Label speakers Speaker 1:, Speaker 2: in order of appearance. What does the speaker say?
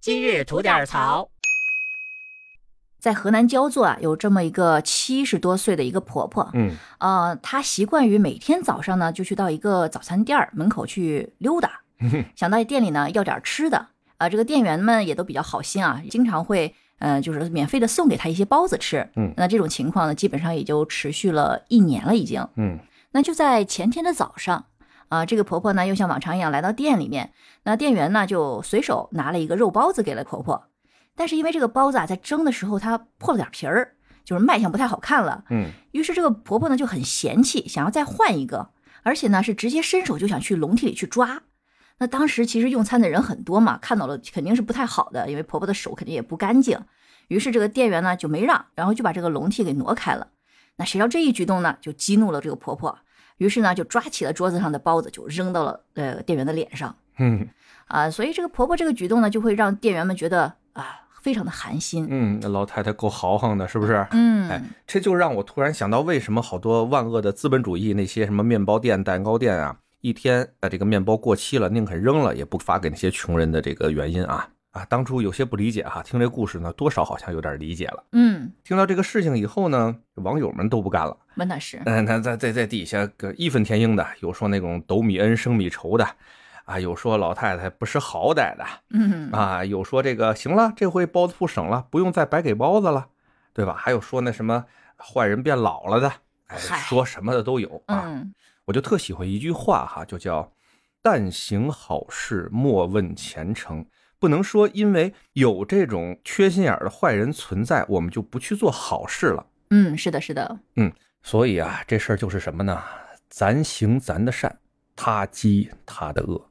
Speaker 1: 今日吐点槽。
Speaker 2: 在河南焦作啊，有这么一个七十多岁的一个婆婆，
Speaker 3: 嗯，
Speaker 2: 呃，她习惯于每天早上呢，就去到一个早餐店儿门口去溜达，
Speaker 3: 嗯
Speaker 2: 想到店里呢要点儿吃的，啊、这个店员们也都比较好心啊，经常会，呃，就是免费的送给她一些包子吃，
Speaker 3: 嗯
Speaker 2: 那这种情况呢，基本上也就持续了一年了，已经，
Speaker 3: 嗯
Speaker 2: 那就在前天的早上，啊，这个婆婆呢又像往常一样来到店里面，那店员呢就随手拿了一个肉包子给了婆婆，但是因为这个包子啊在蒸的时候它破了点皮儿，就是卖相不太好看了，
Speaker 3: 嗯
Speaker 2: 于是这个婆婆呢就很嫌弃，想要再换一个，而且呢是直接伸手就想去笼屉里去抓。那当时其实用餐的人很多嘛，看到了肯定是不太好的，因为婆婆的手肯定也不干净。于是这个店员呢就没让，然后就把这个笼屉给挪开了。那谁知道这一举动呢，就激怒了这个婆婆，于是呢就抓起了桌子上的包子，就扔到了呃店员的脸上。
Speaker 3: 嗯
Speaker 2: 啊，所以这个婆婆这个举动呢，就会让店员们觉得啊非常的寒心。
Speaker 3: 嗯，那老太太够豪横的，是不是？哎
Speaker 2: 嗯，
Speaker 3: 这就让我突然想到，为什么好多万恶的资本主义那些什么面包店、蛋糕店啊，一天啊这个面包过期了，宁肯扔了，也不发给那些穷人的这个原因啊啊！当初有些不理解哈、听这故事呢，多少好像有点理解了。
Speaker 2: 嗯，
Speaker 3: 听到这个事情以后呢，网友们都不干了。
Speaker 2: 温大师，
Speaker 3: 嗯，那在在在底下个义愤填膺的，有说那种斗米恩升米仇的，啊，有说老太太不识好歹的，
Speaker 2: 嗯
Speaker 3: 啊，有说这个行了，这回包子铺省了，不用再白给包子了，对吧？还有说那什么坏人变老了的，哎，
Speaker 2: 嗨
Speaker 3: 说什么的都有啊。
Speaker 2: 嗯
Speaker 3: 我就特喜欢一句话哈，就叫“但行好事，莫问前程”。不能说因为有这种缺心眼儿的坏人存在，我们就不去做好事了。
Speaker 2: 嗯，是的，是的，
Speaker 3: 所以啊，这事儿就是什么呢？咱行咱的善，他积他的恶。